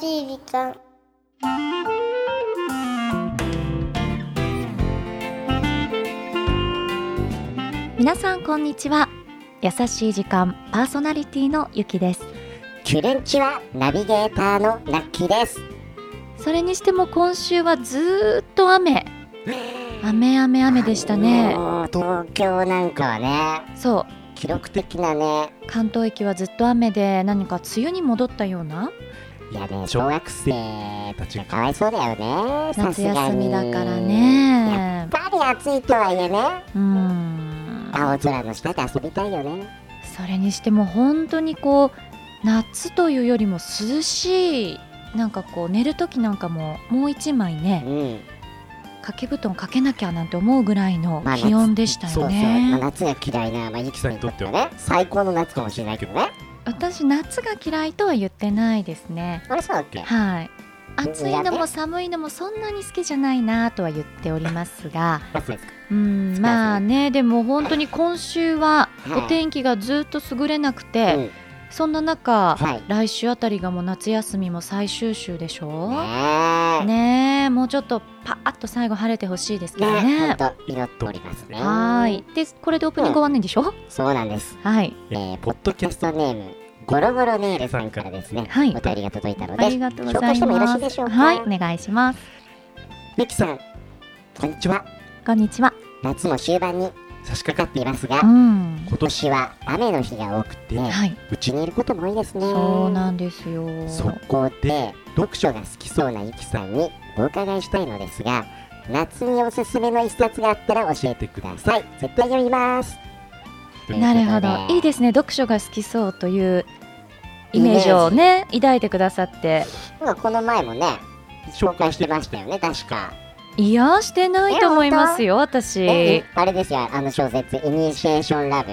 しい時間皆さんこんにちは優しい時間パーソナリティのゆきですキュレンチはナビゲーターのラッキーです。それにしても今週はずーっと雨雨雨雨でしたねもう東京なんかはね、そ記録的なね、う関東駅はずっと雨で何か梅雨に戻ったようないやね、小学生たちがかわいそうだよね、さ夏すが休みに。だからやっねぱり暑いとはいえね、うーん青空の下で遊びたいよね。それにしても本当にこう夏というよりも涼しいなんかこう寝る時なんかももう一枚ねうん。掛け布団かけなきゃなんて思うぐらいのまあ気温でしたそうそよう、まあ、ね。夏が嫌いな、まあ、ゆきさんにとってはね、最高の夏かもしれないけどね。私夏が嫌いとは言ってないですね。あれそうだっけはい。暑いの苦も寒いのもそんなに好きじゃないなとは言っておりますが、あそうですかうん、まあねでも本当に今週ははいお天気がずっと優れなくて、うんそんな中、はい来週あたりがもう夏休みも最終週でしょ。ねねえもうちょっとパーッと最後晴れてほしいですえ。けどねえ、ね。ほんと、祈っておりますね。はーい。でこれでオープニング終わんないんでしょ？そうなんです。はい。えー、ポッドキャストネームゴロゴロネイルさんからですね、はいお便りが届いたのありでがとうござ紹介いしてもよろましすい。でしょうかはい、お願いします。ミキさんこんにちはこんにちは。夏も終盤に差し掛かっていますが、うん。今年は雨の日が多くて、はい、うちにいることも多いですねそうなんですよ。そこで読書が好きそうなゆきさんにお伺いしたいのですが夏におすすめの一冊があったら教えてください絶対読みますなるほど。いいすですね。読書が好きそうというイメージをね、抱いてくださって。この前もね紹介してましたよね確かいや、してないと思いますよ、私え。あれですよ、あの小説、イニシエーションラブ。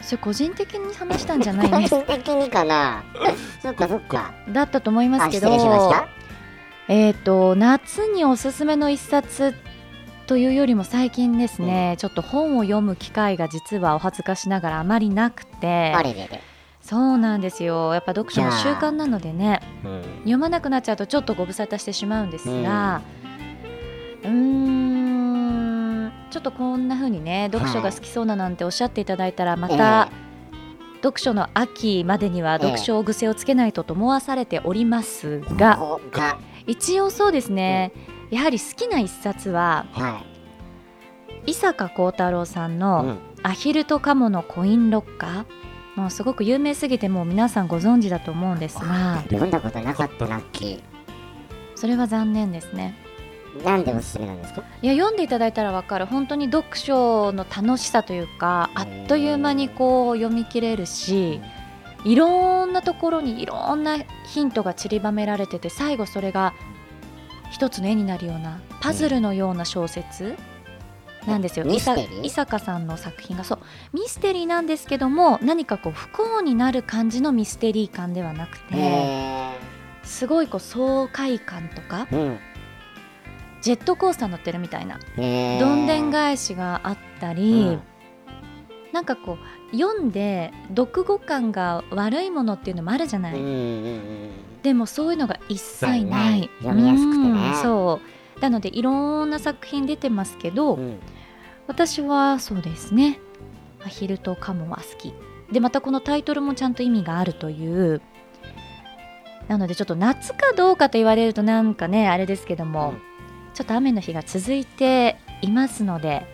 それ個人的に話したんじゃない個 ね。人的にかな。 そっかそっか。だったと思いますあ、け失ど礼。しました。えっ、と、夏におすすめの一冊。というよりも最近ですね、ちょっと本を読む機会が実はお恥ずかしながらあまりなくてあれでで。そうなんですよやっぱ読書の習慣なのでねうん。読まなくなっちゃうとちょっとご無沙汰してしまうんですがうーんちょっとこんな風にね読書が好きそうだなんておっしゃっていただいたらまた読書の秋までにはええ読書癖をつけないとと思わされておりますえー、がここが、一応そうですねやはり好きな一冊ははい。伊坂幸太郎さんうのん「アヒルとカモのコインロッカー」もうすごく有名すぎてもう皆さんご存知だと思うんですが読んだことなかったラッキそれは残念ですね。ー。なんでおすすめなんですかいや読んでいただいたらわかる本当に読書の楽しさというかあっという間にこう読み切れるしいろんなところにいろんなヒントが散りばめられてて最後それが一つの絵になるようなパズルのような小説なんですよミステリ伊坂ー伊坂さんの作品がそうミステリーなんですけども何かこう不幸になる感じのミステリー感ではなくえてすごいこう爽快感とかー。うん。ジェットコースター乗ってるみたいなえー。どんでん返しがあったうり、ん。なんかこう読んで読語感が悪いものっていうのもあるじゃない、うんうんでもそういうのが一切ないない読みやすくてねうんそうなのでいろんな作品出てますけど、うんうん。私はそうですね「アヒルとカモは好き」でまたこのタイトルもちゃんと意味があるというなのでちょっと夏かどうかと言われるとなんかねあれですけども、うんちょっと雨の日が続いていますので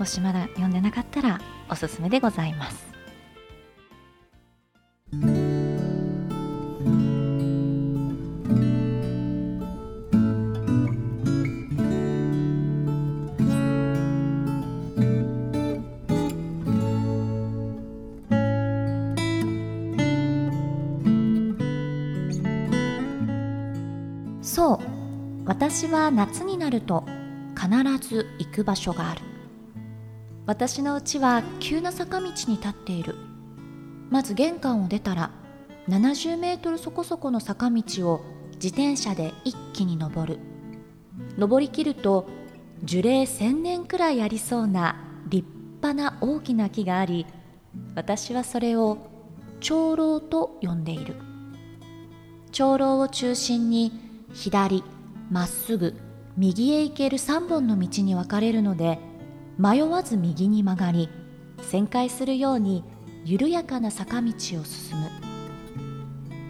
もしまだ読んでなかったらおすすめでございますそう私は夏になると必ず行く場所がある私のうちは急な坂道に立っているまず玄関を出たら70メートルそこそこの坂道を自転車で一気に登る登りきると樹齢1000年くらいありそうな立派な大きな木があり私はそれを長老と呼んでいる長老を中心に左まっすぐ右へ行ける3本の道に分かれるので迷わず右に曲がり旋回するように緩やかな坂道を進む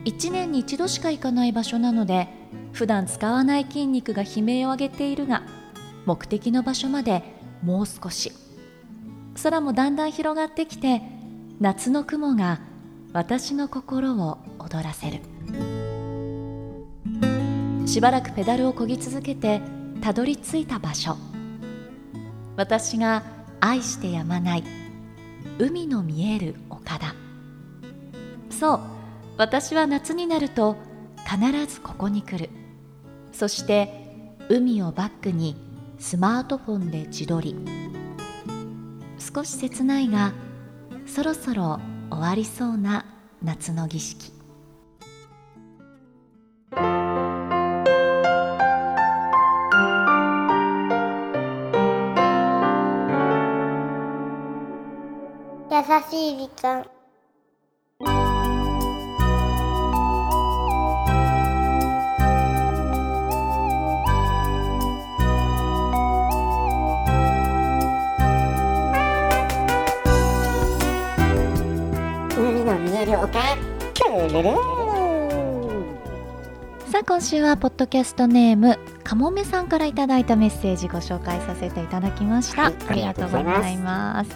1年に1度しか行かない場所なので普段使わない筋肉が悲鳴を上げているが目的の場所までもう少し空もだんだん広がってきて夏の雲が私の心を躍らせるしばらくペダルをこぎ続けてたどり着いた場所私が愛してやまない海の見える丘だそう私は夏になると必ずここに来るそして海をバックにスマートフォンで自撮り少し切ないがそろそろ終わりそうな夏の儀式優しい時間海の見える丘キュルルルさあ今週はポッドキャストネームかもめさんからいただいたメッセージご紹介させていただきました、はいありがとうござありいます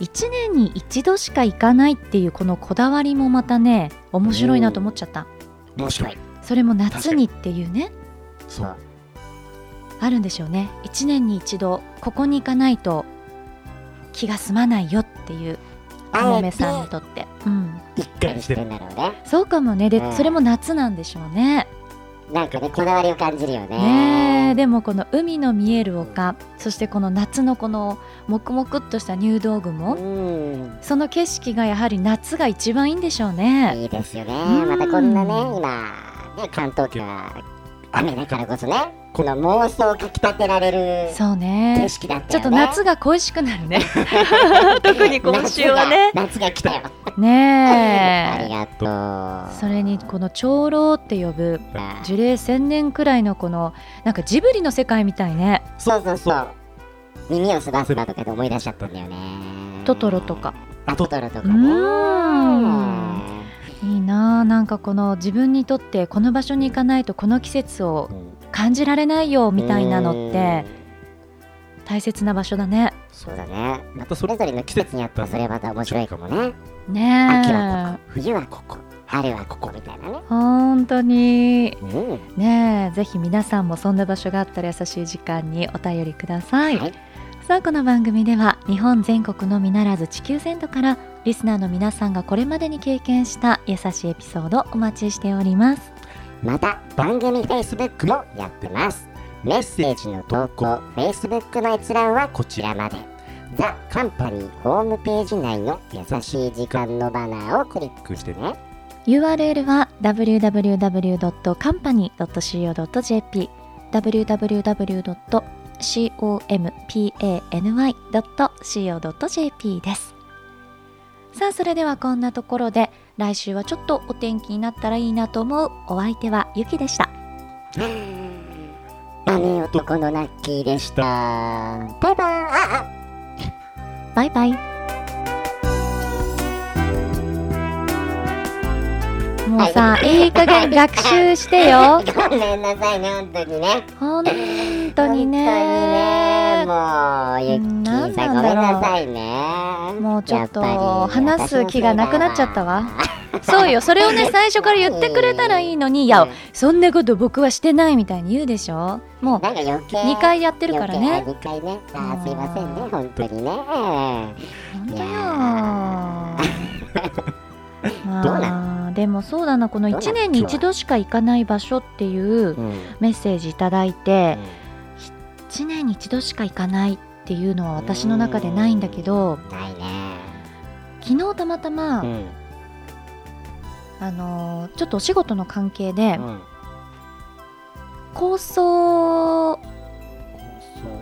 1年に1度しか行かないっていうこのこだわりもまたね面白いなと思っちゃった面白いそれも夏にっていうねそうあるんでしょうね1年に1度ここに行かないと気が済まないよっていうかもあえめてさんにとって、うん、一回にしてるんだろうねそうかもねで、うんそれも夏なんでしょうねなんかねこだわりを感じるよねえねでもこの海の見える丘そしてこの夏のこのもくもくっとした入道う雲んその景色がやはり夏が一番いいんでしょうねいいですよねうんまたこんなね今ね関東圏は雨だからこそねこの妄想をかきたてられるそう景ね色だったよねちょっと夏が恋しくなるね 特に今週はね夏が夏が来たよあ りねえがとうそれにこの長老って呼ぶ樹齢1000年くらいのこのなんかジブリの世界みたいねそうそうそう耳をすばせばとかで思い出しちゃったんだよねトトロとかあトトロとかうーんいいなあなんかこの自分にとってこの場所に行かないとこの季節を感じられないよみたいなのって大切な場所だねそうだねまたそれぞれの季節にあったらそれまた面白いかもね秋はねえここ冬はここ春はここみたいなね本当にうんねえぜひ皆さんもそんな場所があったら優しい時間にお便りください、はいさあこの番組では日本全国のみならず地球全土からリスナーの皆さんがこれまでに経験した優しいエピソードをお待ちしておりますまた番組 Facebook もやってますメッセージの投稿 Facebook の閲覧はこちらまでザ・カンパニーホームページ内の優しい時間のバナーをクリックしてね URL は www.company.co.jp www.company.co.jp ですさあそれではこんなところで来週はちょっとお天気になったらいいなと思うお相手はゆきでした雨男のラッキーでしたバイバーイああバイバイもうさ、いい加減学習してよごめんなさいね本当にね本当に 本ね当にねもうゆっきーさなんごんなめんだろんうなさいねもうちょっとやぱり話す気がなくなっちゃったわそうよ、それを ね、最初から言ってくれたらいいのに、いや、そんなこと僕はしてないみたいに言うでしょ。もうなんか余計2回やってるからね。余計あ二回ねあーすいませんねうん本当にね本当いよや。どうまあ、でもそうだな、このどうな1の年に1度しか行かない場所っていううんメッセージいただいて、1年に1度しか行かないっていうのは私の中でないんだけど、ないね昨日たまたま、うんあのーちょっとお仕事の関係で、うん高層、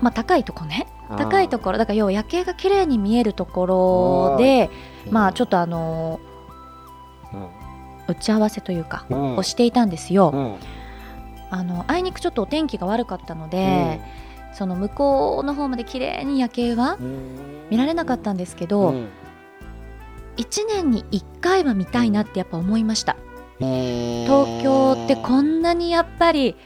まあ高いとこね。そう高いところだから要は夜景が綺麗に見えるところでまあちょっとあのうん打ち合わせというか、うんをしていたんですよ、うんあのあいにくちょっとお天気が悪かったので、その向こうの方まで綺麗に夜景は見られなかったんですけど、うん1年に1回は見たいなってやっぱ思いましたえー東京ってこんなにやっぱり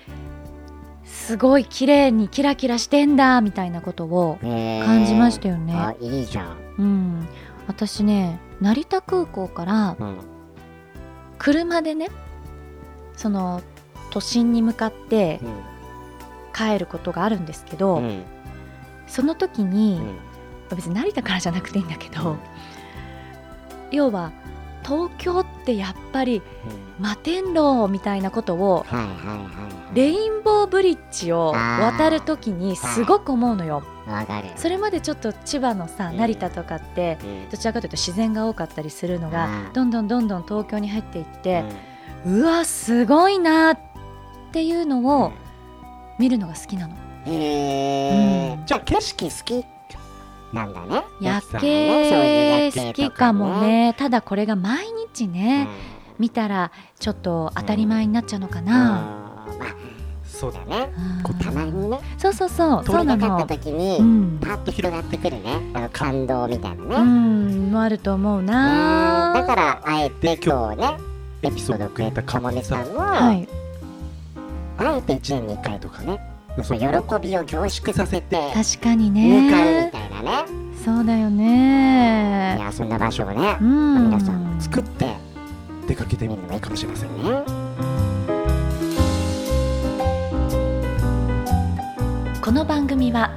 すごい綺麗にキラキラしてんだみたいなことを感じましたよね、あいいじゃん、うん、私ね成田空港からうん車でねその都心に向かってうん帰ることがあるんですけど、うんその時に、うん別に成田からじゃなくていいんだけど、要は東京ってやっぱり摩天楼みたいなことをはいはいはいはいレインボーブリッジを渡る時にすごく思うのよ。わかるそれまでちょっと千葉のさうん成田とかってうんどちらかというと自然が多かったりするのうがんどんどんどんどん東京に入っていってうわすごいなっていううんのを見るのが好きなのへーうんじゃあ景色好きなんだね夜奥さんはねそういう景夜好景ときかもねねただこれが毎日うねん見たらちょっと当たり前になっちゃうのかな、うんまあそうだねうんこうたまにねそうそうそう通そうりなかかのった時にうん、パッと広がってくるねあの感動みたいなね、ううんん、もあると思うなだからあえて今日ねエピソードをくれたかもめさんは、はいあえて1年に1回とかねその喜びを凝縮させて確かに向かうみねたいなね、そうだよねいやそんな場所をねう、ん皆さん作って出かけてみるのもいいかもしれませんね。この番組は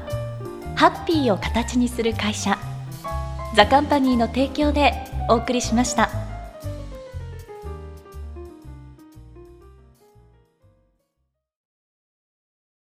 ハッピーを形にする会社ザカンパニーの提供でお送りしました。